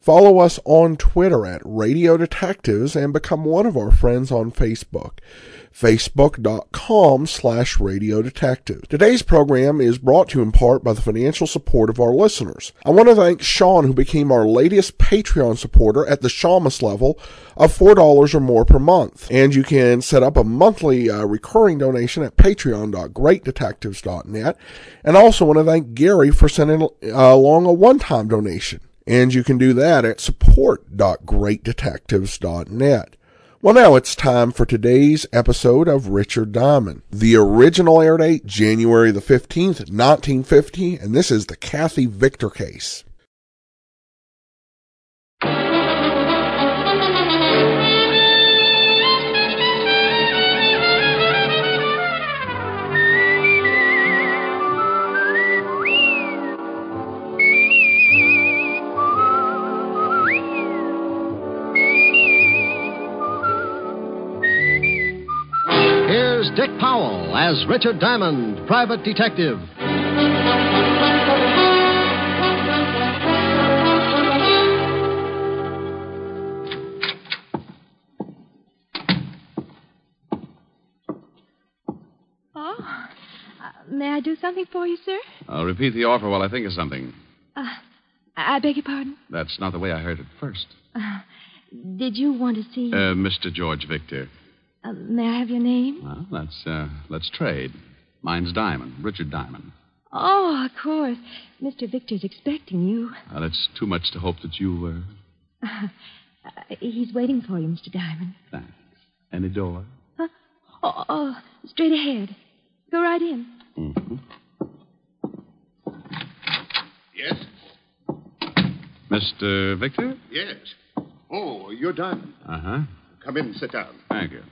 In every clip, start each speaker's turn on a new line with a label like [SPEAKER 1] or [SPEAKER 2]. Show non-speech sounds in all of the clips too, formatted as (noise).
[SPEAKER 1] Follow us on Twitter at Radio Detectives and become one of our friends on Facebook. Facebook.com slash Radio Detectives. Today's program is brought to you in part by the financial support of our listeners. I want to thank Sean, who became our latest Patreon supporter at the Shamus level of $4 or more per month. And you can set up a monthly uh, recurring donation at patreon.greatdetectives.net. And I also want to thank Gary for sending uh, along a one time donation and you can do that at support.greatdetectives.net. Well, now it's time for today's episode of Richard Diamond. The original air date, January the 15th, 1950, and this is the Kathy Victor case.
[SPEAKER 2] Here's Dick Powell as Richard Diamond, private detective.
[SPEAKER 3] Oh, uh, may I do something for you, sir?
[SPEAKER 4] I'll repeat the offer while I think of something.
[SPEAKER 3] Uh, I I beg your pardon.
[SPEAKER 4] That's not the way I heard it first.
[SPEAKER 3] Uh, did you want to see?
[SPEAKER 4] Uh, Mr. George Victor.
[SPEAKER 3] Uh, may I have your name?
[SPEAKER 4] Well, let's, uh, let's trade. Mine's Diamond, Richard Diamond.
[SPEAKER 3] Oh, of course. Mr. Victor's expecting you.
[SPEAKER 4] Well, it's Uh, too much to hope that you were.
[SPEAKER 3] Uh, he's waiting for you, Mr. Diamond.
[SPEAKER 4] Thanks. Any door?
[SPEAKER 3] Huh? Oh, oh, straight ahead. Go right in.
[SPEAKER 4] Mm-hmm.
[SPEAKER 5] Yes?
[SPEAKER 4] Mr. Victor?
[SPEAKER 5] Yes. Oh, you're done.
[SPEAKER 4] Uh huh.
[SPEAKER 5] Come in and sit down.
[SPEAKER 4] Thank you.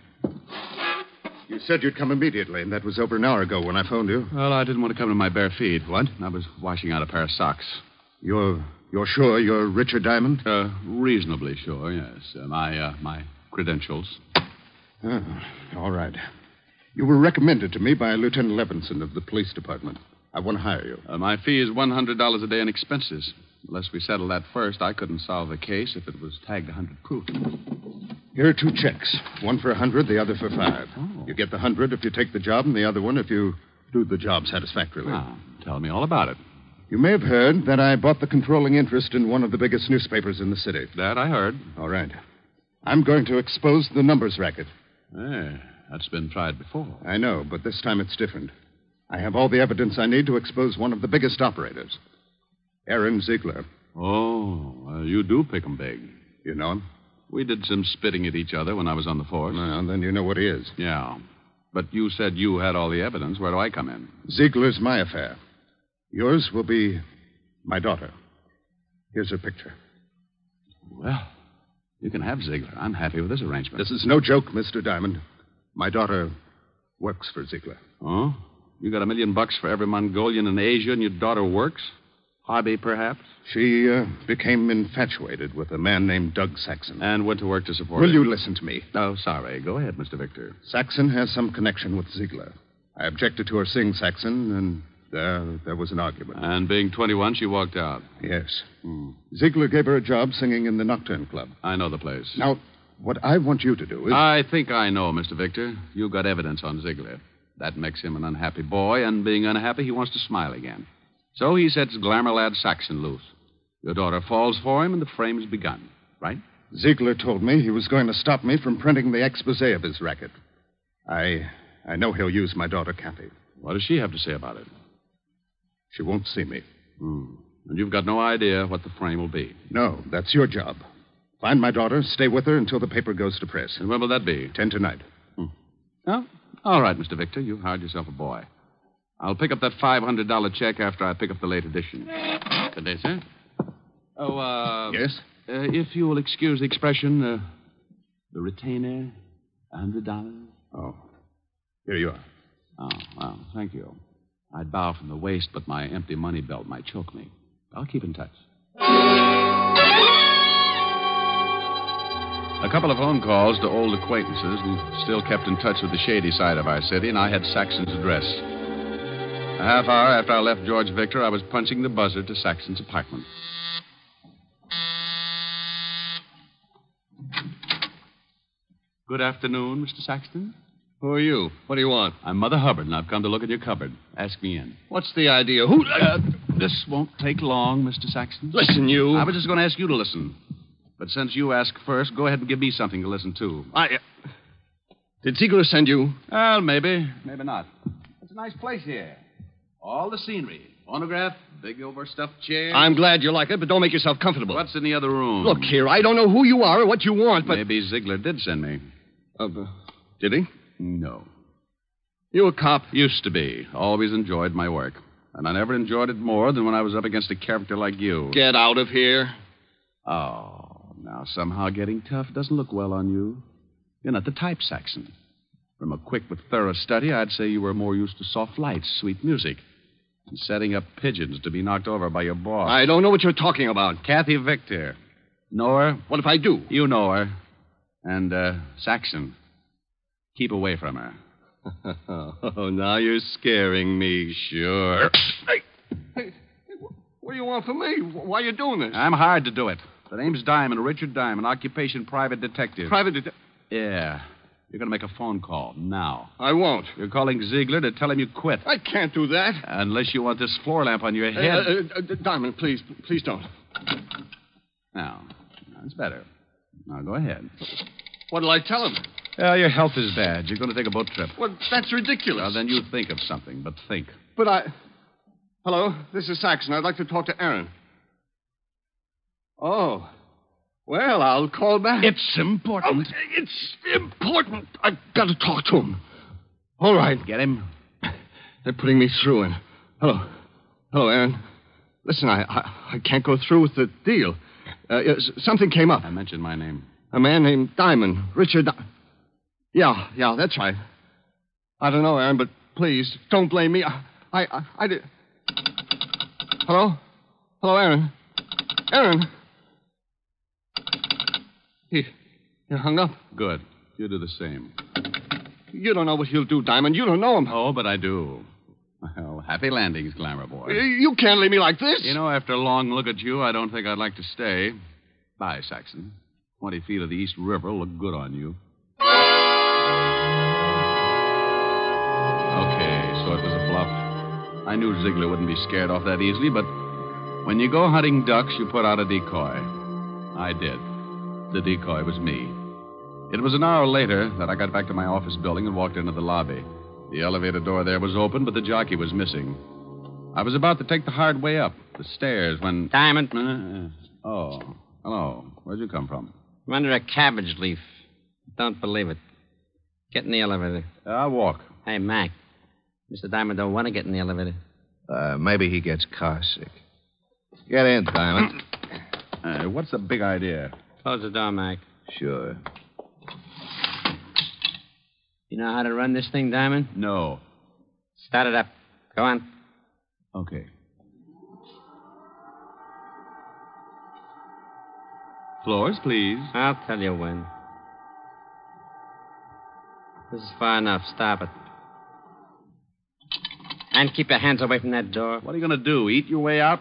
[SPEAKER 5] You said you'd come immediately, and that was over an hour ago when I phoned you.
[SPEAKER 4] Well, I didn't want to come to my bare feet. What? I was washing out a pair of socks.
[SPEAKER 5] You're you're sure you're Richard Diamond?
[SPEAKER 4] Uh, reasonably sure, yes. Uh, my, uh, my credentials.
[SPEAKER 5] Oh, all right. You were recommended to me by Lieutenant Levinson of the police department. I want to hire you.
[SPEAKER 4] Uh, my fee is $100 a day in expenses. Unless we settle that first, I couldn't solve the case if it was tagged 100 proof.
[SPEAKER 5] Here are two checks. One for a hundred, the other for five.
[SPEAKER 3] Oh.
[SPEAKER 5] You get the hundred if you take the job, and the other one if you do the job satisfactorily.
[SPEAKER 4] Ah, tell me all about it.
[SPEAKER 5] You may have heard that I bought the controlling interest in one of the biggest newspapers in the city.
[SPEAKER 4] That I heard.
[SPEAKER 5] All right. I'm going to expose the numbers racket.
[SPEAKER 4] Eh, that's been tried before.
[SPEAKER 5] I know, but this time it's different. I have all the evidence I need to expose one of the biggest operators. Aaron Ziegler.
[SPEAKER 4] Oh, well, you do pick 'em big.
[SPEAKER 5] You know him?
[SPEAKER 4] We did some spitting at each other when I was on the force.
[SPEAKER 5] Well, then you know what he is.
[SPEAKER 4] Yeah. But you said you had all the evidence. Where do I come in?
[SPEAKER 5] Ziegler's my affair. Yours will be my daughter. Here's her picture.
[SPEAKER 4] Well, you can have Ziegler. I'm happy with this arrangement.
[SPEAKER 5] This is no joke, Mr. Diamond. My daughter works for Ziegler.
[SPEAKER 4] Oh? You got a million bucks for every Mongolian in Asia and your daughter works? Hobby, perhaps?
[SPEAKER 5] She uh, became infatuated with a man named Doug Saxon.
[SPEAKER 4] And went to work to support
[SPEAKER 5] Will
[SPEAKER 4] it.
[SPEAKER 5] you listen to me?
[SPEAKER 4] Oh, sorry. Go ahead, Mr. Victor.
[SPEAKER 5] Saxon has some connection with Ziegler. I objected to her seeing Saxon, and there, there was an argument.
[SPEAKER 4] And being 21, she walked out. Hmm.
[SPEAKER 5] yes. Ziegler gave her a job singing in the Nocturne Club.
[SPEAKER 4] I know the place.
[SPEAKER 5] Now, what I want you to do is.
[SPEAKER 4] I think I know, Mr. Victor. You got evidence on Ziegler. That makes him an unhappy boy, and being unhappy, he wants to smile again. So he sets glamour lad Saxon loose. Your daughter falls for him, and the frame's begun, right?
[SPEAKER 5] Ziegler told me he was going to stop me from printing the expose of his racket. I, I know he'll use my daughter, Kathy.
[SPEAKER 4] What does she have to say about it?
[SPEAKER 5] She won't see me.
[SPEAKER 4] Hmm. And you've got no idea what the frame will be.
[SPEAKER 5] No, that's your job. Find my daughter, stay with her until the paper goes to press.
[SPEAKER 4] And when will that be?
[SPEAKER 5] Ten tonight.
[SPEAKER 4] Oh, all right, Mr. Victor. You hired yourself a boy. I'll pick up that $500 check after I pick up the late edition. Good day, sir. Oh, uh.
[SPEAKER 5] Yes?
[SPEAKER 4] Uh, if you will excuse the expression, uh, the retainer, a hundred dollars.
[SPEAKER 5] Oh, here you are.
[SPEAKER 4] Oh, well, thank you. I'd bow from the waist, but my empty money belt might choke me. I'll keep in touch. A couple of phone calls to old acquaintances who still kept in touch with the shady side of our city, and I had Saxon's address. A half hour after I left George Victor, I was punching the buzzer to Saxon's apartment. Good afternoon, Mr. Saxton.
[SPEAKER 3] Who are you? What do you want?
[SPEAKER 4] I'm Mother Hubbard, and I've come to look at your cupboard. Ask me in.
[SPEAKER 3] What's the idea? Who?
[SPEAKER 4] Uh, this won't take long, Mr. Saxton.
[SPEAKER 3] Listen, you.
[SPEAKER 4] I was just going to ask you to listen. But since you ask first, go ahead and give me something to listen to.
[SPEAKER 3] I. uh, Did Ziegler send you?
[SPEAKER 4] Well, maybe. Maybe not. It's a nice place here. All the scenery. Phonograph, big overstuffed chair.
[SPEAKER 3] I'm glad you like it, but don't make yourself comfortable.
[SPEAKER 4] What's in the other room?
[SPEAKER 3] Look here, I don't know who you are or what you want, but.
[SPEAKER 4] Maybe Ziegler did send me.
[SPEAKER 3] Uh, did he?
[SPEAKER 4] No.
[SPEAKER 3] You a cop?
[SPEAKER 4] Used to be. Always enjoyed my work. And I never enjoyed it more than when I was up against a character like you.
[SPEAKER 3] Get out of here.
[SPEAKER 4] Oh, now somehow getting tough doesn't look well on you. You're not the type, Saxon. From a quick but thorough study, I'd say you were more used to soft lights, sweet music, and setting up pigeons to be knocked over by your boss.
[SPEAKER 3] I don't know what you're talking about.
[SPEAKER 4] Kathy Victor. Know her?
[SPEAKER 3] What if I do?
[SPEAKER 4] You know her. And, uh, Saxon. Keep away from her.
[SPEAKER 3] (laughs) Oh, now you're scaring me, sure. hey, hey, what do you want from me? Why are you doing this?
[SPEAKER 4] I'm hired to do it. The name's Diamond, Richard Diamond, occupation private detective.
[SPEAKER 3] Private detective.
[SPEAKER 4] yeah. You're going to make a phone call now.
[SPEAKER 3] I won't.
[SPEAKER 4] You're calling Ziegler to tell him you quit.
[SPEAKER 3] I can't do that.
[SPEAKER 4] Unless you want this floor lamp on your
[SPEAKER 3] Uh,
[SPEAKER 4] head.
[SPEAKER 3] uh, uh, D- Diamond, please, please don't.
[SPEAKER 4] Now, that's better. Now, go ahead.
[SPEAKER 3] What'll I tell him?
[SPEAKER 4] Uh, your health is bad. You're going to take a boat trip.
[SPEAKER 3] Well, that's ridiculous.
[SPEAKER 4] Well, then you think of something, but think.
[SPEAKER 3] But I. Hello, this is Saxon. I'd like to talk to Aaron. Oh. Well, I'll call back. Oh,
[SPEAKER 4] It's important.
[SPEAKER 3] it's important. I've got to talk to him. All right.
[SPEAKER 4] Get him?
[SPEAKER 3] They're putting me through, and hello, hello, Aaron. Listen, I I, I can't go through with the deal. Uh, yes, something came up.
[SPEAKER 4] I mentioned my name.
[SPEAKER 3] A man named Diamond, Richard. Di- yeah, yeah, that's right. I don't know, Aaron, but please don't blame me. I I I, I did. Hello, hello, Aaron. Aaron. He he hung up.
[SPEAKER 4] Good. You do the same.
[SPEAKER 3] You don't know what he'll do, Diamond. You don't know him.
[SPEAKER 4] Oh, but I do. Well, happy landings, Glamour Boy.
[SPEAKER 3] You can't leave me like this.
[SPEAKER 4] You know, after a long look at you, I don't think I'd like to stay. Bye, Saxon. Twenty feet of the East River look good on you. Okay, so it was a bluff. I knew Ziegler wouldn't be scared off that easily, but when you go hunting ducks, you put out a decoy. I did. The decoy was me. It was an hour later that I got back to my office building and walked into the lobby. The elevator door there was open, but the jockey was missing. I was about to take the hard way up, the stairs, when.
[SPEAKER 6] Diamond,
[SPEAKER 4] Uh, oh, hello. Where'd you come from?
[SPEAKER 6] I'm under a cabbage leaf. Don't believe it. Get in the elevator.
[SPEAKER 4] Uh, I walk.
[SPEAKER 6] Hey, Mac. Mr. Diamond don't want to get in the elevator.
[SPEAKER 7] Uh, maybe he gets car sick. Get in, Diamond.
[SPEAKER 4] Uh, what's the big idea?
[SPEAKER 6] Close the door, Mac.
[SPEAKER 7] sure.
[SPEAKER 6] You know how to run this thing, Diamond?
[SPEAKER 4] No.
[SPEAKER 6] Start it up. Go on.
[SPEAKER 4] Okay. Floors, please.
[SPEAKER 6] I'll tell you when. This is far enough. Stop it. And keep your hands away from that door.
[SPEAKER 4] What are you going to do? Eat your way out?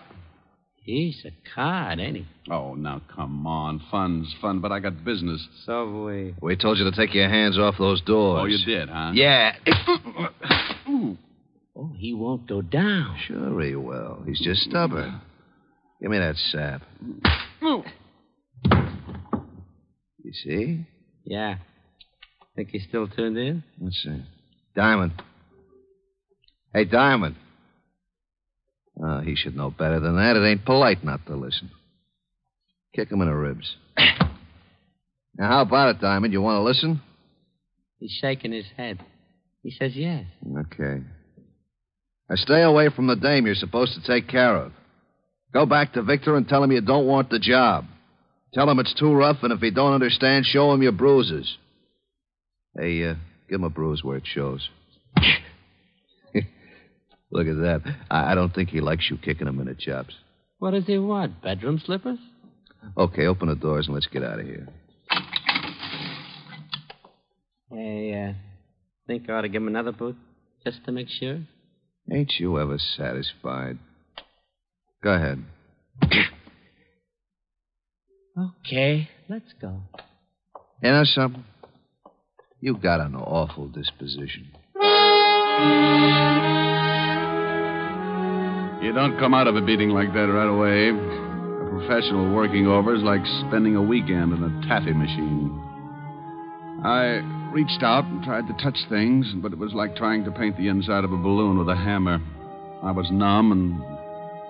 [SPEAKER 6] He's a card, ain't he?
[SPEAKER 4] Oh, now come on. Fun's fun, but I got business.
[SPEAKER 6] So have we.
[SPEAKER 7] We told you to take your hands off those doors.
[SPEAKER 4] Oh, you did, huh?
[SPEAKER 7] Yeah.
[SPEAKER 6] Oh, he won't go down.
[SPEAKER 7] Sure he will. He's just stubborn. Give me that sap. You see?
[SPEAKER 6] Yeah. Think he's still tuned in?
[SPEAKER 7] Let's see. Diamond. Hey, Diamond. Oh, he should know better than that. It ain't polite not to listen. Kick him in the ribs. Now, how about it, Diamond? You want to listen?
[SPEAKER 6] He's shaking his head. He says yes.
[SPEAKER 7] Okay. Now stay away from the dame you're supposed to take care of. Go back to Victor and tell him you don't want the job. Tell him it's too rough, and if he don't understand, show him your bruises. Hey, uh, give him a bruise where it shows. (laughs) Look at that. I, I don't think he likes you kicking him in the chops.
[SPEAKER 6] What does he want? Bedroom slippers?
[SPEAKER 7] Okay, open the doors and let's get out of here.
[SPEAKER 6] uh,
[SPEAKER 8] Think I ought to give him another boot just to make sure?
[SPEAKER 7] Ain't you ever satisfied? Go ahead.
[SPEAKER 8] Okay, let's go.
[SPEAKER 7] You know something? You got an awful disposition.
[SPEAKER 4] You don't come out of a beating like that right away. A professional working over is like spending a weekend in a taffy machine. I reached out and tried to touch things, but it was like trying to paint the inside of a balloon with a hammer. I was numb, and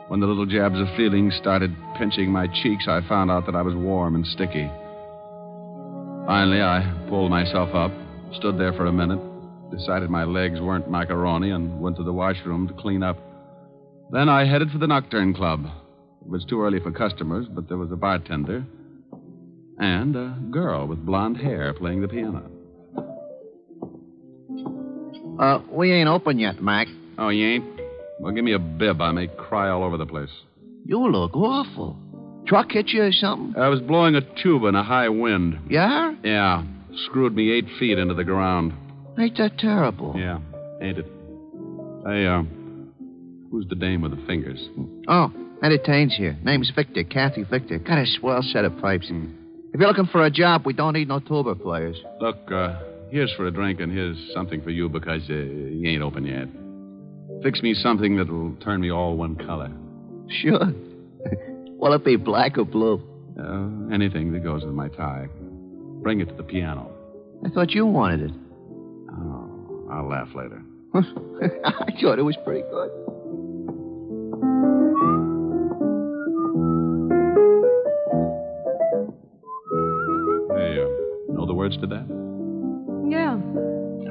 [SPEAKER 4] when the little jabs of feeling started pinching my cheeks, I found out that I was warm and sticky. Finally, I pulled myself up, stood there for a minute, decided my legs weren't macaroni, and went to the washroom to clean up. Then I headed for the Nocturne Club. It was too early for customers, but there was a bartender and a girl with blonde hair playing the piano.
[SPEAKER 7] Uh, we ain't open yet, Mac.
[SPEAKER 4] Oh, you ain't? Well, give me a bib. I may cry all over the place.
[SPEAKER 7] You look awful. Truck hit you or something?
[SPEAKER 4] I was blowing a tuba in a high wind.
[SPEAKER 7] Yeah?
[SPEAKER 4] Yeah, screwed me eight feet into the ground.
[SPEAKER 7] Ain't that terrible?
[SPEAKER 4] Yeah, ain't it? Hey, uh, who's the dame with the fingers?
[SPEAKER 7] Oh, entertains here. Name's Victor, Kathy Victor. Got a swell set of pipes. If you're looking for a job, we don't need no tuba players.
[SPEAKER 4] Look, uh, here's for a drink and here's something for you because uh, you ain't open yet. Fix me something that'll turn me all one color.
[SPEAKER 7] Sure. (laughs) Will it be black or blue?
[SPEAKER 4] Uh, anything that goes with my tie. Bring it to the piano.
[SPEAKER 7] I thought you wanted it. (laughs)
[SPEAKER 4] Oh, I'll laugh later.
[SPEAKER 7] I thought it was pretty good.
[SPEAKER 4] Hey, uh, know the words to that?
[SPEAKER 9] Yeah.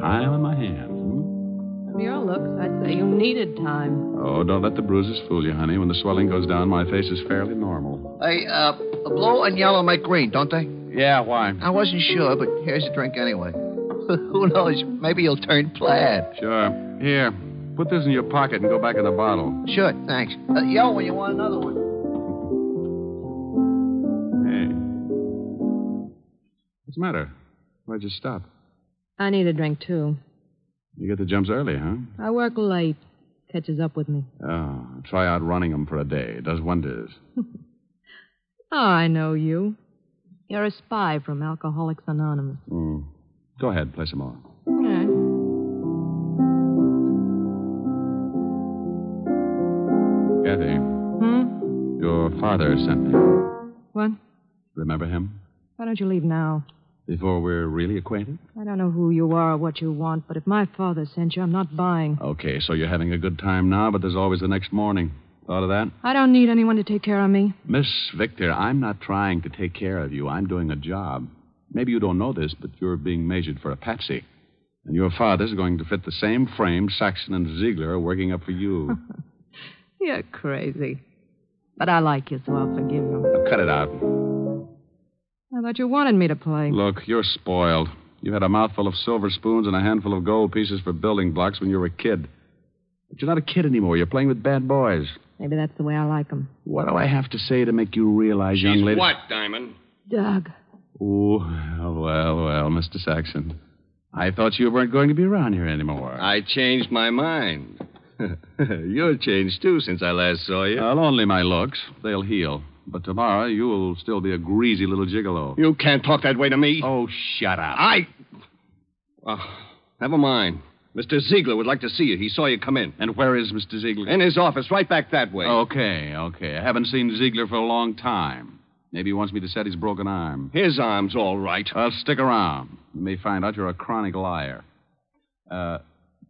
[SPEAKER 4] Time in my hand. hmm?
[SPEAKER 9] From your looks, I'd say you needed time.
[SPEAKER 4] Oh, don't let the bruises fool you, honey. When the swelling goes down, my face is fairly normal.
[SPEAKER 7] Hey, uh, blue and yellow make green, don't they?
[SPEAKER 4] Yeah, why?
[SPEAKER 7] I wasn't sure, but here's a drink anyway. (laughs) Who knows? Maybe you'll turn plaid.
[SPEAKER 4] Sure. Here, put this in your pocket and go back in the bottle.
[SPEAKER 7] Sure, thanks. Uh, yell when you want another one.
[SPEAKER 4] Hey. What's the matter? Why'd you stop?
[SPEAKER 9] I need a drink, too.
[SPEAKER 4] You get the jumps early, huh?
[SPEAKER 9] I work late. Catches up with me.
[SPEAKER 4] Oh, try out running 'em for a day. It does wonders.
[SPEAKER 9] Oh, I know you. You're a spy from Alcoholics Anonymous.
[SPEAKER 4] Hmm. Go ahead, play some more. Kathy,
[SPEAKER 9] Hmm?
[SPEAKER 4] your father sent me.
[SPEAKER 9] What?
[SPEAKER 4] Remember him?
[SPEAKER 9] Why don't you leave now?
[SPEAKER 4] Before we're really acquainted?
[SPEAKER 9] I don't know who you are or what you want, but if my father sent you, I'm not buying.
[SPEAKER 4] Okay, so you're having a good time now, but there's always the next morning. Thought of that?
[SPEAKER 9] I don't need anyone to take care of me.
[SPEAKER 4] Miss Victor, I'm not trying to take care of you. I'm doing a job. Maybe you don't know this, but you're being measured for a patsy. And your father's going to fit the same frame Saxon and Ziegler are working up for (laughs) you.
[SPEAKER 9] You're crazy. But I like you, so I'll forgive you.
[SPEAKER 4] now, cut it out.
[SPEAKER 9] I thought you wanted me to play.
[SPEAKER 4] Look, you're spoiled. You had a mouthful of silver spoons and a handful of gold pieces for building blocks when you were a kid. But you're not a kid anymore. You're playing with bad boys.
[SPEAKER 9] Maybe that's the way I like 'em.
[SPEAKER 4] What do I have to say to make you realize, young
[SPEAKER 8] She's
[SPEAKER 4] lady?
[SPEAKER 8] what, Diamond?
[SPEAKER 9] Doug.
[SPEAKER 4] Oh, well, well, Mr. Saxon. I thought you weren't going to be around here anymore.
[SPEAKER 8] I changed my mind. (laughs) You're changed, too, since I last saw you.
[SPEAKER 4] Well, only my looks. They'll heal. But tomorrow you'll still be a greasy little gigolo.
[SPEAKER 8] you can't talk that way to me.
[SPEAKER 4] Oh, shut up.
[SPEAKER 8] I. Oh, never mind. Mr. Ziegler would like to see you. He saw you come in.
[SPEAKER 4] And where is Mr. Ziegler?
[SPEAKER 8] In his office, right back that way.
[SPEAKER 4] Okay, okay. I haven't seen Ziegler for a long time. Maybe he wants me to set his broken arm.
[SPEAKER 8] His arm's all right.
[SPEAKER 4] Well, stick around. You may find out you're a chronic liar. Uh,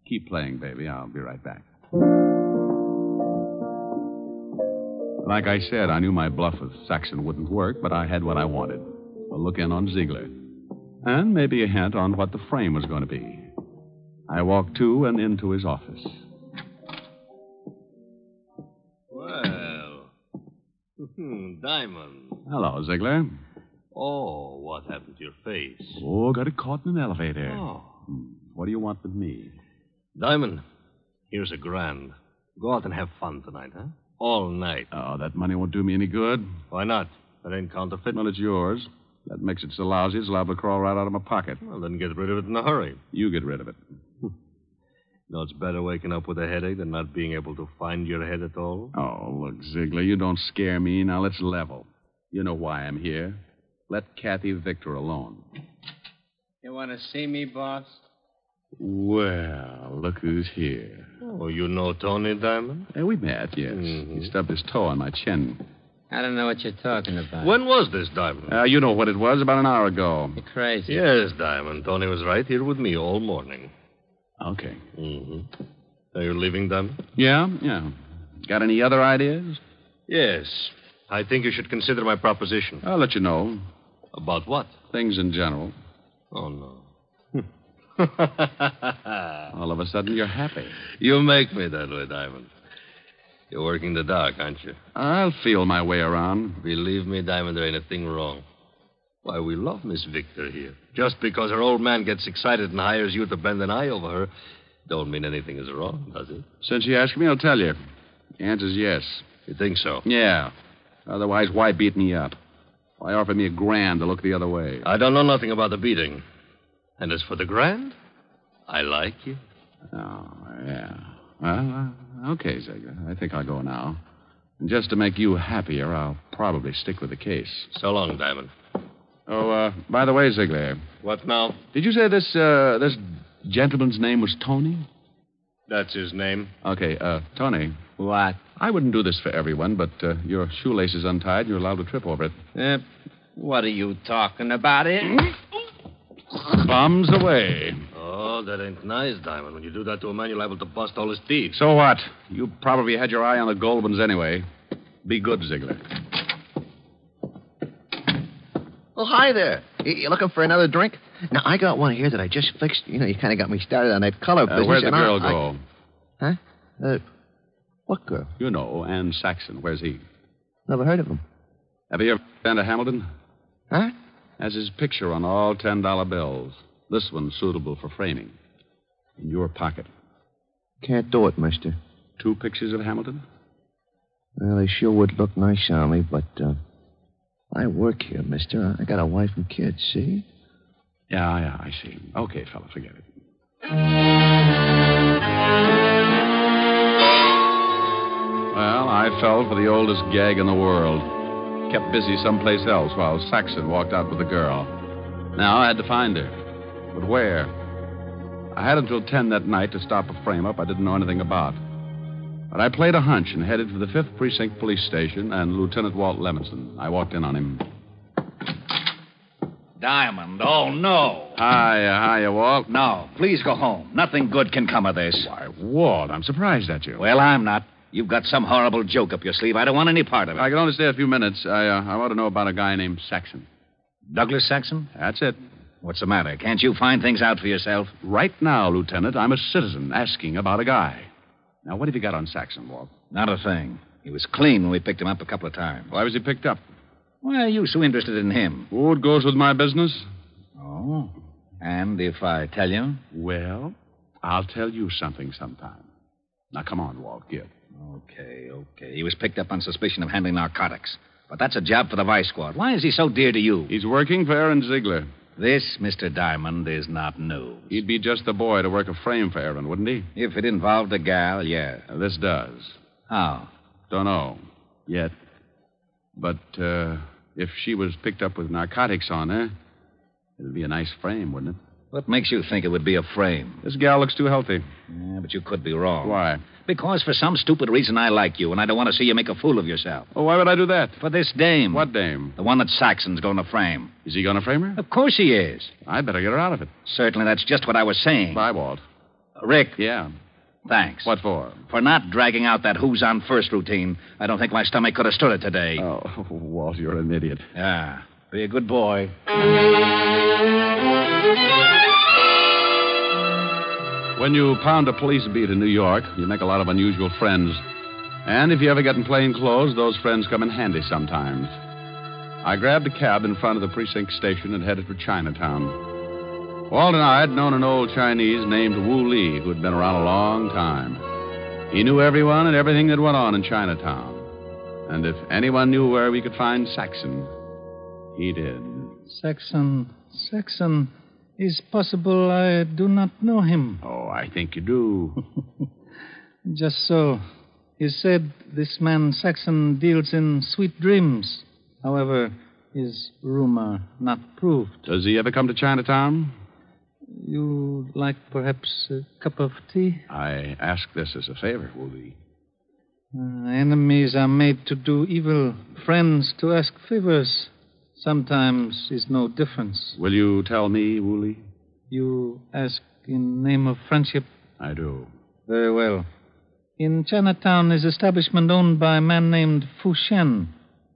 [SPEAKER 4] keep playing, baby. I'll be right back. Like I said, I knew my bluff with Saxon wouldn't work, but I had what I wanted. A look in on Ziegler. And maybe a hint on what the frame was going to be. I walked to and into his office.
[SPEAKER 8] Well. Diamond.
[SPEAKER 4] Hello, Ziegler.
[SPEAKER 8] Oh, what happened to your face?
[SPEAKER 4] Oh, got it caught in an elevator.
[SPEAKER 8] Oh.
[SPEAKER 4] Hmm, What do you want with me?
[SPEAKER 8] Diamond, here's a grand. Go out and have fun tonight, huh? All night.
[SPEAKER 4] Oh, that money won't do me any good.
[SPEAKER 8] Why not? That ain't counterfeit.
[SPEAKER 4] Well, it's yours. That makes it so lousy it's liable to crawl right out of my pocket.
[SPEAKER 8] Well, then get rid of it in a hurry.
[SPEAKER 4] You get rid of it.
[SPEAKER 8] No, it's better waking up with a headache than not being able to find your head at all.
[SPEAKER 4] Oh, look, Ziegler, you don't scare me. Now let's level. You know why I'm here. Let Kathy Victor alone.
[SPEAKER 6] You want to see me, boss?
[SPEAKER 4] Well, look who's here.
[SPEAKER 8] Oh, you know Tony Diamond?
[SPEAKER 4] Hey, we met, yes. He stubbed his toe on my chin.
[SPEAKER 6] I don't know what you're talking about.
[SPEAKER 8] When was this, Diamond?
[SPEAKER 4] Uh, you know what it was about an hour ago.
[SPEAKER 6] You're crazy.
[SPEAKER 8] Yes, Diamond. Tony was right here with me all morning.
[SPEAKER 4] Okay.
[SPEAKER 8] Mm-hmm. Are you leaving, Diamond?
[SPEAKER 4] Yeah, yeah. Got any other ideas?
[SPEAKER 8] Yes. I think you should consider my proposition.
[SPEAKER 4] I'll let you know.
[SPEAKER 8] About what?
[SPEAKER 4] Things in general.
[SPEAKER 8] Oh, no.
[SPEAKER 4] All of a sudden, you're happy.
[SPEAKER 8] You make me that way, Diamond. You're working the dark, aren't you?
[SPEAKER 4] I'll feel my way around.
[SPEAKER 8] Believe me, Diamond, there ain't a thing wrong. Why, we love Miss Victor here. Just because her old man gets excited and hires you to bend an eye over her, don't mean anything is wrong, does it?
[SPEAKER 4] Since you asked me, I'll tell you. The answer's yes.
[SPEAKER 8] You think so?
[SPEAKER 4] Yeah. Otherwise, why beat me up? Why offer me a grand to look the other way?
[SPEAKER 3] Uh.
[SPEAKER 8] I don't know nothing about the beating. And as for the grand, I like you.
[SPEAKER 4] Oh, yeah. Well, uh, okay, Ziegler. I think I'll go now. And just to make you happier, I'll probably stick with the case.
[SPEAKER 8] So long, Diamond.
[SPEAKER 4] Oh, uh, by the way, Ziegler,
[SPEAKER 8] What now?
[SPEAKER 4] did you say this uh, this
[SPEAKER 7] Hmm.
[SPEAKER 4] gentleman's name was Tony?
[SPEAKER 8] That's his name.
[SPEAKER 4] Okay, uh, Tony,
[SPEAKER 6] What?
[SPEAKER 4] I wouldn't do this for everyone, but uh, your shoelace is untied. You're allowed to trip over it.
[SPEAKER 6] Uh, what are you talking about? eh? It?
[SPEAKER 4] Bombs away.
[SPEAKER 8] Oh, that ain't nice, Diamond. When you do that to a man, you're liable to bust all his teeth.
[SPEAKER 4] So what? You probably had your eye on the Goldmans anyway. Be good, Ziegler. Uh,
[SPEAKER 7] Well, Oh, hi there. You, you looking for another drink? Now, I got one here that I just fixed. You know, you kind of got me started on that color
[SPEAKER 4] Uh,
[SPEAKER 7] business.
[SPEAKER 4] where'd the
[SPEAKER 7] and I-
[SPEAKER 4] girl
[SPEAKER 7] I-
[SPEAKER 4] go?
[SPEAKER 7] Uh, what girl?
[SPEAKER 4] You know, Ann Saxon. Where's he?
[SPEAKER 7] Never heard of him.
[SPEAKER 4] Have you ever been to Hamilton?
[SPEAKER 7] Huh?
[SPEAKER 4] Has his picture on all $10 bills. This one suitable for framing. In your pocket.
[SPEAKER 7] Can't do it, mister.
[SPEAKER 4] Two pictures of Hamilton?
[SPEAKER 7] Well, they sure would look nice on me, but uh, I work here, mister. I got a wife and kids, see?
[SPEAKER 4] Yeah, yeah, I see. Okay, fella, forget it. Well, I fell for the oldest gag in the world. Kept busy someplace else while Saxon walked out with the girl. Now I had to find her. But where? I had until 10 that night to stop a frame up I didn't know anything about. But I played a hunch and headed for the 5th Precinct Police Station and Lieutenant Walt Lemonson. I walked in on him.
[SPEAKER 10] Diamond, oh no.
[SPEAKER 4] Hiya, hiya, Walt.
[SPEAKER 10] No, please go home. Nothing good can come of this.
[SPEAKER 4] Why, Walt, I'm surprised at you.
[SPEAKER 10] Well, I'm not. You've got some horrible joke up your sleeve. I don't want any part of it.
[SPEAKER 4] I can only stay a few minutes. I, uh, I want to know about a guy named Saxon.
[SPEAKER 10] Douglas Saxon?
[SPEAKER 4] That's it.
[SPEAKER 10] What's the matter? Can't you find things out for yourself?
[SPEAKER 4] Right now, Lieutenant, I'm a citizen asking about a guy. Now, what have you got on Saxon, Walt?
[SPEAKER 10] Not a thing. He was clean when we picked him up a couple of times.
[SPEAKER 4] Why was he picked up?
[SPEAKER 10] Why are you so interested in him?
[SPEAKER 4] Oh, it goes with my business.
[SPEAKER 10] Oh. And if I tell you?
[SPEAKER 4] Well, I'll tell you something sometime. Now, come on, Walt, give.
[SPEAKER 10] Okay, okay. He was picked up on suspicion of handling narcotics. But that's a job for the Vice Squad. Why is he so dear to you?
[SPEAKER 4] He's working for Aaron Ziegler.
[SPEAKER 10] This, Mr. Diamond, is not new.
[SPEAKER 4] He'd be just the boy to work a frame for Aaron, wouldn't he?
[SPEAKER 10] If it involved a gal, yeah.
[SPEAKER 4] Uh, this does.
[SPEAKER 10] How?
[SPEAKER 4] Don't know. Yet. But uh, if she was picked up with narcotics on her, it'd be a nice frame, wouldn't it?
[SPEAKER 10] What makes you think it would be a frame?
[SPEAKER 4] This gal looks too healthy.
[SPEAKER 10] Yeah, but you could be wrong.
[SPEAKER 4] Why?
[SPEAKER 10] Because for some stupid reason I like you, and I don't want to see you make a fool of yourself.
[SPEAKER 4] Oh, why would I do that?
[SPEAKER 10] For this dame.
[SPEAKER 4] What dame?
[SPEAKER 10] The one that Saxon's going to frame.
[SPEAKER 4] Is he going to frame her?
[SPEAKER 10] Of course he is.
[SPEAKER 4] I better get her out of it.
[SPEAKER 10] Certainly, that's just what I was saying.
[SPEAKER 4] Bye, Walt.
[SPEAKER 10] Rick,
[SPEAKER 4] Yeah.
[SPEAKER 10] thanks.
[SPEAKER 4] What for?
[SPEAKER 10] For not dragging out that who's on first routine. I don't think my stomach could have stood it today.
[SPEAKER 4] Oh, (laughs) Walt, you're an idiot.
[SPEAKER 10] Yeah. Be a good boy.
[SPEAKER 4] When you pound a police beat in New York, you make a lot of unusual friends. And if you ever get in plain clothes, those friends come in handy sometimes. I grabbed a cab in front of the precinct station and headed for Chinatown. Walt and I had known an old Chinese named Wu Lee who had been around a long time. He knew everyone and everything that went on in Chinatown. And if anyone knew where we could find Saxon, he did.
[SPEAKER 10] Saxon. Saxon.
[SPEAKER 11] It's possible I do not know him.
[SPEAKER 4] Oh, I think you
[SPEAKER 10] (laughs)
[SPEAKER 4] do.
[SPEAKER 11] Just so. He said this man Saxon deals in sweet dreams. However, is rumor not proved.
[SPEAKER 4] Does he ever come to Chinatown?
[SPEAKER 11] You like perhaps a cup of tea?
[SPEAKER 4] I ask this as a favor, Wooly.
[SPEAKER 11] Uh, enemies are made to do evil, friends to ask favors. Sometimes is no difference.
[SPEAKER 4] Will you tell me, Wooly?
[SPEAKER 11] You ask in name of friendship.
[SPEAKER 4] I do.
[SPEAKER 11] Very well. In Chinatown is establishment owned by a man named Fu Shen.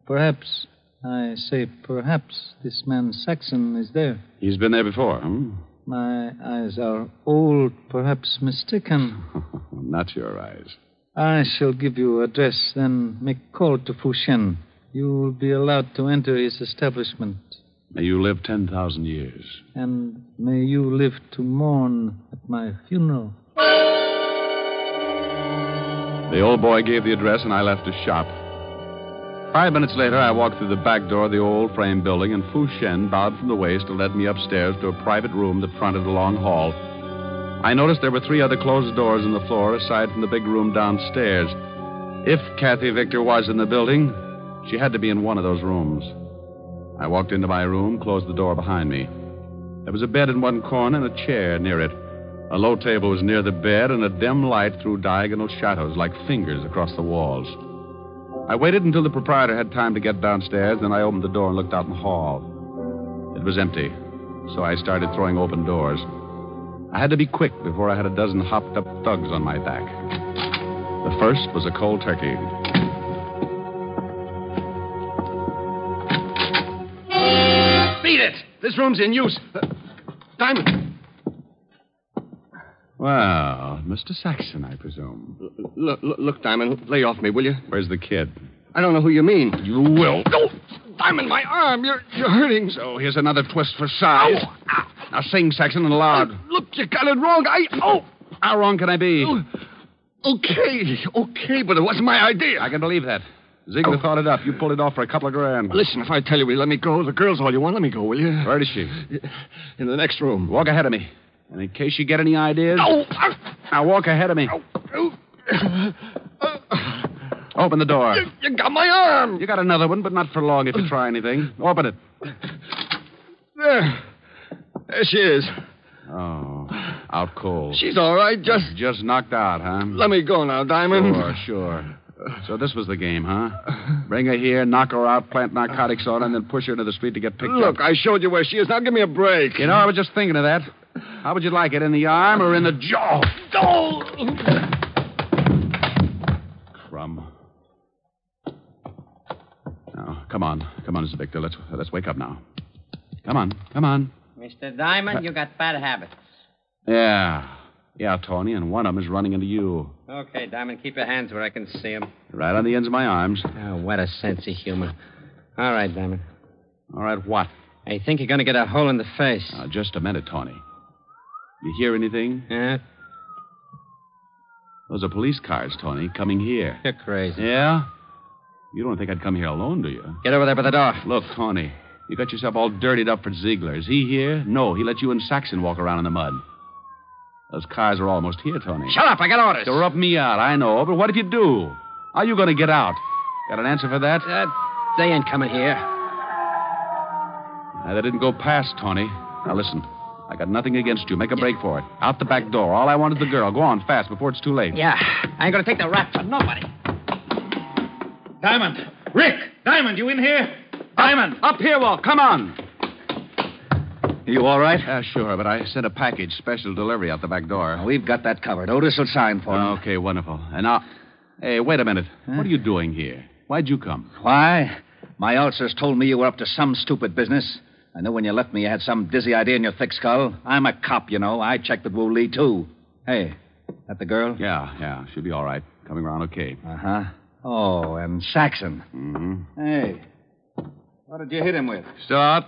[SPEAKER 11] Perhaps I say perhaps this man Saxon is there.
[SPEAKER 4] He's been there before, hmm? (laughs)
[SPEAKER 11] My eyes are old, perhaps mistaken.
[SPEAKER 4] Not your eyes.
[SPEAKER 11] I shall give you address, then make call to Fu Shen. You will be allowed to enter his establishment.
[SPEAKER 4] May you live 10,000 years.
[SPEAKER 11] And may you live to mourn at my funeral.
[SPEAKER 4] The old boy gave the address, and I left the shop. Five minutes later, I walked through the back door of the old frame building, and Fu Shen bowed from the waist to lead me upstairs to a private room that fronted a long hall. I noticed there were three other closed doors in the floor aside from the big room downstairs. If Kathy Victor was in the building, she had to be in one of those rooms. I walked into my room, closed the door behind me. There was a bed in one corner and a chair near it. A low table was near the bed, and a dim light threw diagonal shadows like fingers across the walls. I waited until the proprietor had time to get downstairs, then I opened the door and looked out in the hall. It was empty, so I started throwing open doors. I had to be quick before I had a dozen hopped up thugs on my back. The first was a cold turkey.
[SPEAKER 10] Beat it! This room's in use. Uh, Diamond!
[SPEAKER 4] Well, Mr. Saxon, I presume.
[SPEAKER 10] Look, look, look, Diamond, lay off me, will you?
[SPEAKER 4] Where's the kid?
[SPEAKER 10] I don't know who you mean.
[SPEAKER 4] You will.
[SPEAKER 10] No! Diamond, my arm! You're, you're hurting.
[SPEAKER 4] So here's another twist for size. Now sing, Saxon, and loud.
[SPEAKER 10] Look, you got it wrong. I. Oh!
[SPEAKER 4] How wrong can I be?
[SPEAKER 10] Okay, okay, but it wasn't my idea.
[SPEAKER 4] I can believe that. Ziegler
[SPEAKER 10] Oh.
[SPEAKER 4] thought it up. You pulled it off for a couple of grand.
[SPEAKER 10] Listen, if I tell you we let me go, the girl's all you want, let me go, will you?
[SPEAKER 4] Where is she?
[SPEAKER 10] (laughs) In the next room.
[SPEAKER 4] Walk ahead of me. And in case you get any ideas.
[SPEAKER 10] No!
[SPEAKER 4] Now walk ahead of me. Open the door.
[SPEAKER 10] You, you got my arm!
[SPEAKER 4] You got another one, but not for long if you try anything. Open it.
[SPEAKER 10] There. There she is.
[SPEAKER 4] Oh, out cold.
[SPEAKER 10] She's all right. Just
[SPEAKER 4] Just knocked out, huh?
[SPEAKER 10] let me go now, Diamond. (laughs)
[SPEAKER 4] Sure, sure. So this was the game, huh? Bring her here, knock her out, plant narcotics on her, and then push her into the street to get picked
[SPEAKER 10] Look,
[SPEAKER 4] up.
[SPEAKER 10] I showed you where she is. Now give me a break.
[SPEAKER 4] You know, I was just thinking of that. How would you like it, in the arm or in the jaw?
[SPEAKER 10] Oh!
[SPEAKER 4] Crumb. Now, come on. Come on, Mr. Victor. Let's, let's wake up now. Come on. Come on.
[SPEAKER 6] Mr. Diamond, you got bad habits.
[SPEAKER 4] Yeah. Yeah, Tony, and one of 'em is running into you.
[SPEAKER 6] Okay, Diamond, keep your hands where I can see 'em.
[SPEAKER 4] Right on the ends of my arms.
[SPEAKER 6] Oh, what a sense of humor. All right, Diamond.
[SPEAKER 4] All right, what?
[SPEAKER 6] I think you're going to get a hole in the face.
[SPEAKER 4] Now, just a minute, Tony. You hear anything?
[SPEAKER 6] Yeah,
[SPEAKER 4] Those are police cars, Tony, coming here.
[SPEAKER 6] you're crazy.
[SPEAKER 4] Yeah? You don't think I'd come here alone, do you?
[SPEAKER 6] Get over there by the door.
[SPEAKER 4] Look, Tony, you got yourself all dirtied up for Ziegler. Is he here? No, he let you and Saxon walk around in the mud. Those cars are almost here, Tony.
[SPEAKER 6] Shut up, I got orders.
[SPEAKER 4] You rub me out, I know, but what if you do? How are you going to get out? Got an answer for that?
[SPEAKER 6] Uh, they ain't coming here.
[SPEAKER 4] Uh, that didn't go past, Tony. Now listen, I got nothing against you. Make a break for it. Out the back door. All I want is the girl. Go on fast before it's too late.
[SPEAKER 6] Yeah, I ain't going to take the rap from nobody.
[SPEAKER 11] Diamond! Rick! Diamond, you in here? Diamond!
[SPEAKER 4] Up here, Walt. Come on.
[SPEAKER 10] You all right?
[SPEAKER 4] Yeah, sure, but I sent a package, special delivery out the back door.
[SPEAKER 10] We've got that covered. Otis will sign for him.
[SPEAKER 4] Okay, wonderful. And now, hey, wait a minute. What are you doing here? Why'd you come?
[SPEAKER 10] Why? My ulcers told me you were up to some stupid business. I knew when you left me you had some dizzy idea in your thick skull. I'm a cop, you know. I checked with Wu Lee, too. Hey, that the girl?
[SPEAKER 4] Yeah, yeah, should be all right. Coming around okay.
[SPEAKER 10] Uh huh. Oh, and Saxon.
[SPEAKER 4] Mm-hmm.
[SPEAKER 10] Hey, what did you hit him with?
[SPEAKER 4] Still out?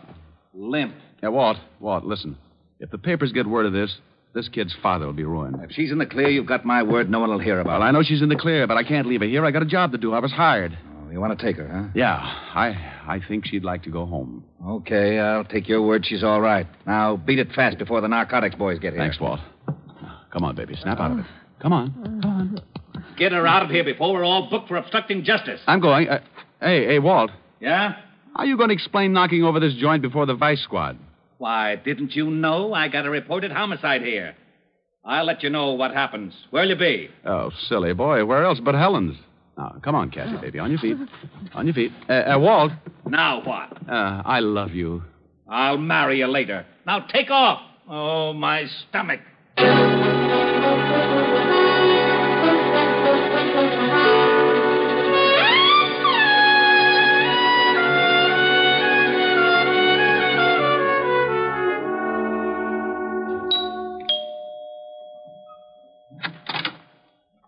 [SPEAKER 10] Limp.
[SPEAKER 4] Yeah, Walt, Walt, listen. If the papers get word of this, this kid's father will be ruined.
[SPEAKER 10] If she's in the clear, you've got my word. No one will hear about
[SPEAKER 4] Well, I know she's in the clear, but I can't leave her here. I got a job to do. I was hired.
[SPEAKER 10] it. Oh, You want to take her, huh?
[SPEAKER 4] Yeah, I, I think she'd like to go home.
[SPEAKER 10] Okay, I'll take your word she's all right. Now, beat it fast before the narcotics boys get here.
[SPEAKER 4] Thanks, Walt. Come on, baby, snap out of it. Come on.
[SPEAKER 12] Get her out of here before we're all booked for obstructing justice.
[SPEAKER 4] I'm going. Uh, hey, hey, Walt.
[SPEAKER 12] Yeah?
[SPEAKER 4] How are you going to explain knocking over this joint before the vice squad?
[SPEAKER 12] Why, didn't you know I got a reported homicide here? I'll let you know what happens. Where'll you be?
[SPEAKER 4] Oh, silly boy. Where else but Helen's? Now, come on, Cassie, baby. On your feet. On your feet. Uh, uh, Walt,
[SPEAKER 12] Now what?
[SPEAKER 4] uh, I love you.
[SPEAKER 12] I'll marry you later. Now take off. Oh, my stomach.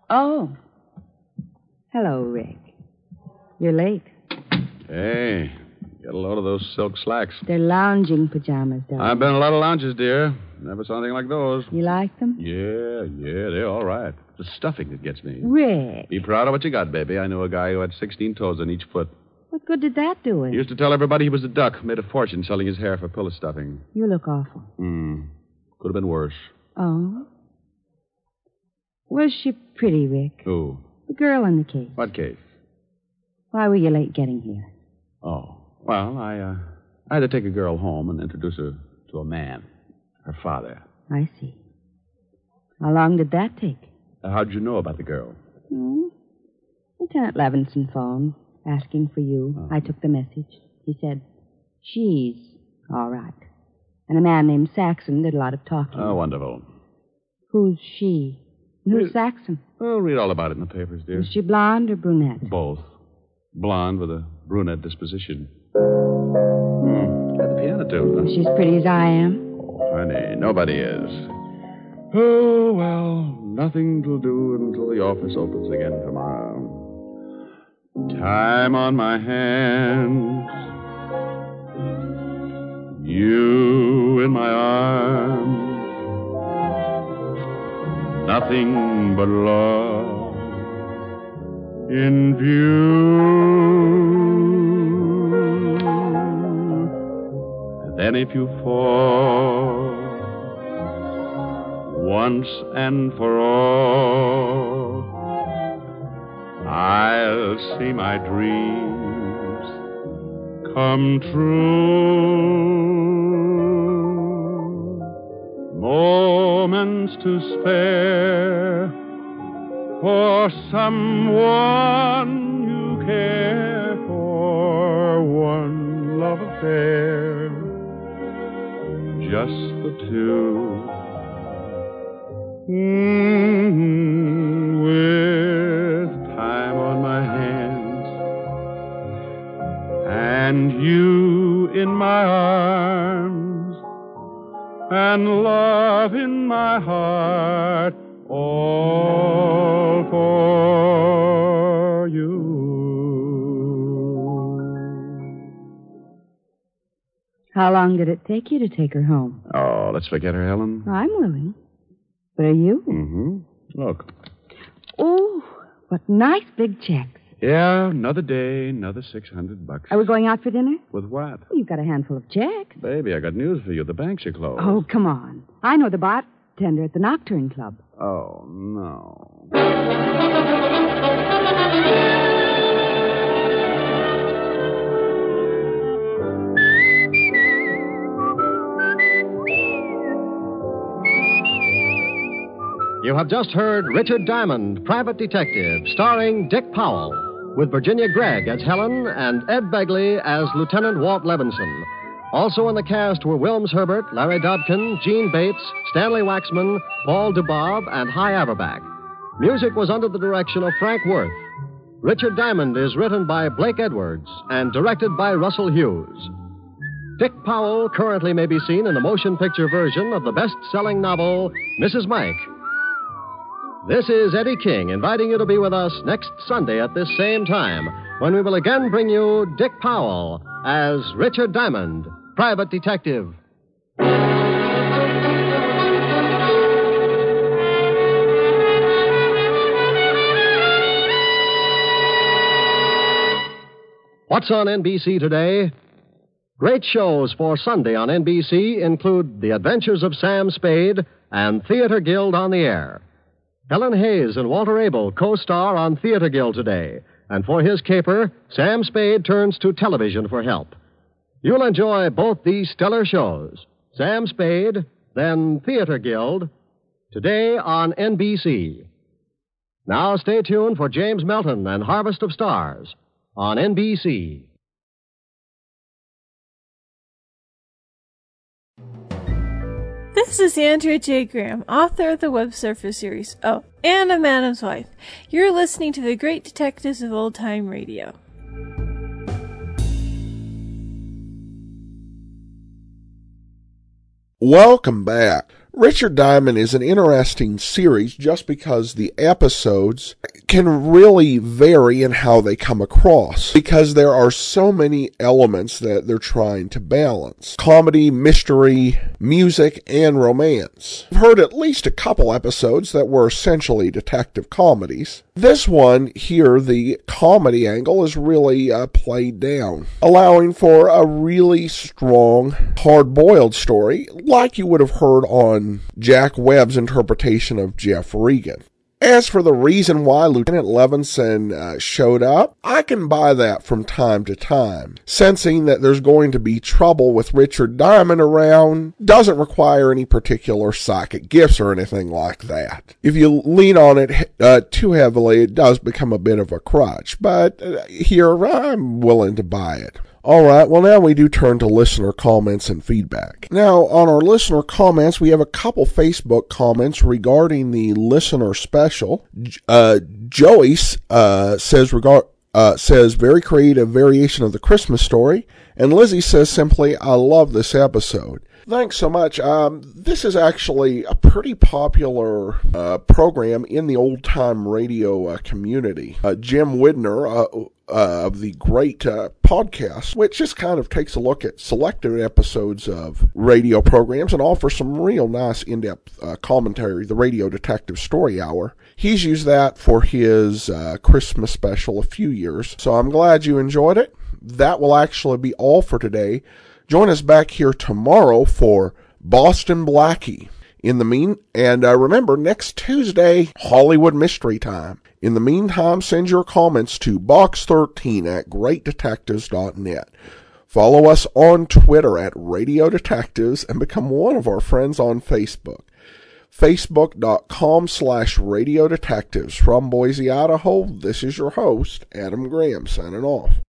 [SPEAKER 13] Oh. Hello, Rick. You're late.
[SPEAKER 4] Hey, get a load of those silk slacks.
[SPEAKER 13] They're lounging pajamas, darling.
[SPEAKER 4] I've been in a lot of lounges, dear. Never saw anything like those.
[SPEAKER 13] You like them?
[SPEAKER 4] Yeah, yeah, they're all right. The stuffing that gets me.
[SPEAKER 13] Rick,
[SPEAKER 4] Be proud of what you got, baby. I knew a guy who had 16 toes on each foot.
[SPEAKER 13] what good did that do
[SPEAKER 4] He
[SPEAKER 13] it?
[SPEAKER 4] used to tell everybody he was a duck, made a fortune selling his hair for pillow stuffing.
[SPEAKER 13] You look awful.
[SPEAKER 4] Hmm. Could have been worse.
[SPEAKER 13] Oh. Was she pretty, Rick?
[SPEAKER 4] Who?
[SPEAKER 13] The girl in the case.
[SPEAKER 4] What case?
[SPEAKER 13] Why were you late getting here?
[SPEAKER 4] Oh. Well, I, uh, I had to take a girl home and introduce her to a man, her father.
[SPEAKER 13] I see. How long did that take?
[SPEAKER 4] Uh, How'd you know about the girl?
[SPEAKER 13] Hmm? Lieutenant Levinson phoned, asking for you.
[SPEAKER 4] Uh-huh.
[SPEAKER 13] I took the message. He said, she's all right. And a man named Saxon did a lot of talking.
[SPEAKER 4] Oh, wonderful.
[SPEAKER 13] Who's she? And
[SPEAKER 4] Uh-huh.
[SPEAKER 13] Who's Saxon?
[SPEAKER 4] Well, read all about it in the papers, dear.
[SPEAKER 13] Is she blonde or brunette?
[SPEAKER 4] Both. Blonde with a brunette disposition. Hmm. Got the piano tune, huh?
[SPEAKER 13] She's pretty as I am.
[SPEAKER 4] Honey, nobody is. Oh, well, nothing to do until the office opens again tomorrow. Time on my hands. You in my arms. Nothing but love in view. And then if you fall once and for all, I'll see my dreams come true. Moments to spare for someone you care for, one love affair, just the two. Mm, with time on my hands and you in my arms and love in my heart, all for you.
[SPEAKER 13] How long did it take you to take her home?
[SPEAKER 4] Oh, let's forget her, Helen.
[SPEAKER 13] I'm willing. But are you?
[SPEAKER 4] Mm-hmm. Look.
[SPEAKER 13] Oh, what nice big checks.
[SPEAKER 4] Yeah, another day, another 600 bucks.
[SPEAKER 13] Are we going out for dinner?
[SPEAKER 4] With what?
[SPEAKER 13] Well, you've got a handful of checks.
[SPEAKER 4] Baby, I got news for you. The banks are closed.
[SPEAKER 13] Oh, come on. I know the bartender at the Nocturne Club.
[SPEAKER 4] Oh, no.
[SPEAKER 2] You have just heard Richard Diamond, Private Detective, starring Dick Powell, with Virginia Gregg as Helen and Ed Begley as Lieutenant Walt Levinson. Also in the cast were Wilms Herbert, Larry Dodkin, Gene Bates, Stanley Waxman, Paul DuBob, and High Averback. Music was under the direction of Frank Worth. Richard Diamond is written by Blake Edwards and directed by Russell Hughes. Dick Powell currently may be seen in the motion picture version of the best selling novel, Mrs. Mike. This is Eddie King inviting you to be with us next Sunday at this same time when we will again bring you Dick Powell as Richard Diamond, private detective. What's on NBC today? Great shows for Sunday on NBC include The Adventures of Sam Spade and Theater Guild on the Air. Helen Hayes and Walter Abel co star on Theater Guild today, and for his caper, Sam Spade turns to television for help. You'll enjoy both these stellar shows Sam Spade, then Theater Guild, today on NBC. Now stay tuned for James Melton and Harvest of Stars on NBC.
[SPEAKER 14] This is Andrea J. Graham, author of the Web Surfer series. Oh, and a Madam's Wife. You're listening to the Great Detectives of Old Time Radio.
[SPEAKER 1] Welcome back. Richard Diamond is an interesting series just because the episodes can really vary in how they come across because there are so many elements that they're trying to balance comedy, mystery, music, and romance. I've heard at least a couple episodes that were essentially detective comedies. This one here, the comedy angle is really uh, played down, allowing for a really strong, hard boiled story like you would have heard on Jack Webb's interpretation of Jeff Regan. As for the reason why Lieutenant Levinson uh, showed up, I can buy that from time to time. Sensing that there's going to be trouble with Richard Diamond around doesn't require any particular psychic gifts or anything like that. If you lean on it uh, too heavily, it does become a bit of a crutch, but uh, here I'm willing to buy it. All right, well, now we do turn to listener comments and feedback. Now, on our listener comments, we have a couple Facebook comments regarding the listener special. J- Uh, Joyce uh, says, regard, uh, says, very creative variation of the Christmas story. And Lizzie says simply, I love this episode. Thanks so much. Um, this is actually a pretty popular uh, program in the old time radio uh, community. Uh, Jim Widner uh, uh, of the great uh, podcast, which just kind of takes a look at selected episodes of radio programs and offers some real nice in depth uh, commentary, the Radio Detective Story Hour. He's used that for his uh, Christmas special a few years, so I'm glad you enjoyed it. That will actually be all for today. Join us back here tomorrow for Boston Blackie. In the mean, and uh, remember next Tuesday, Hollywood Mystery Time. In the meantime, send your comments to box13 at greatdetectives.net. Follow us on Twitter at Radio Detectives and become one of our friends on Facebook. Facebook.com slash Radio Detectives. From Boise, Idaho, this is your host, Adam Graham, signing off.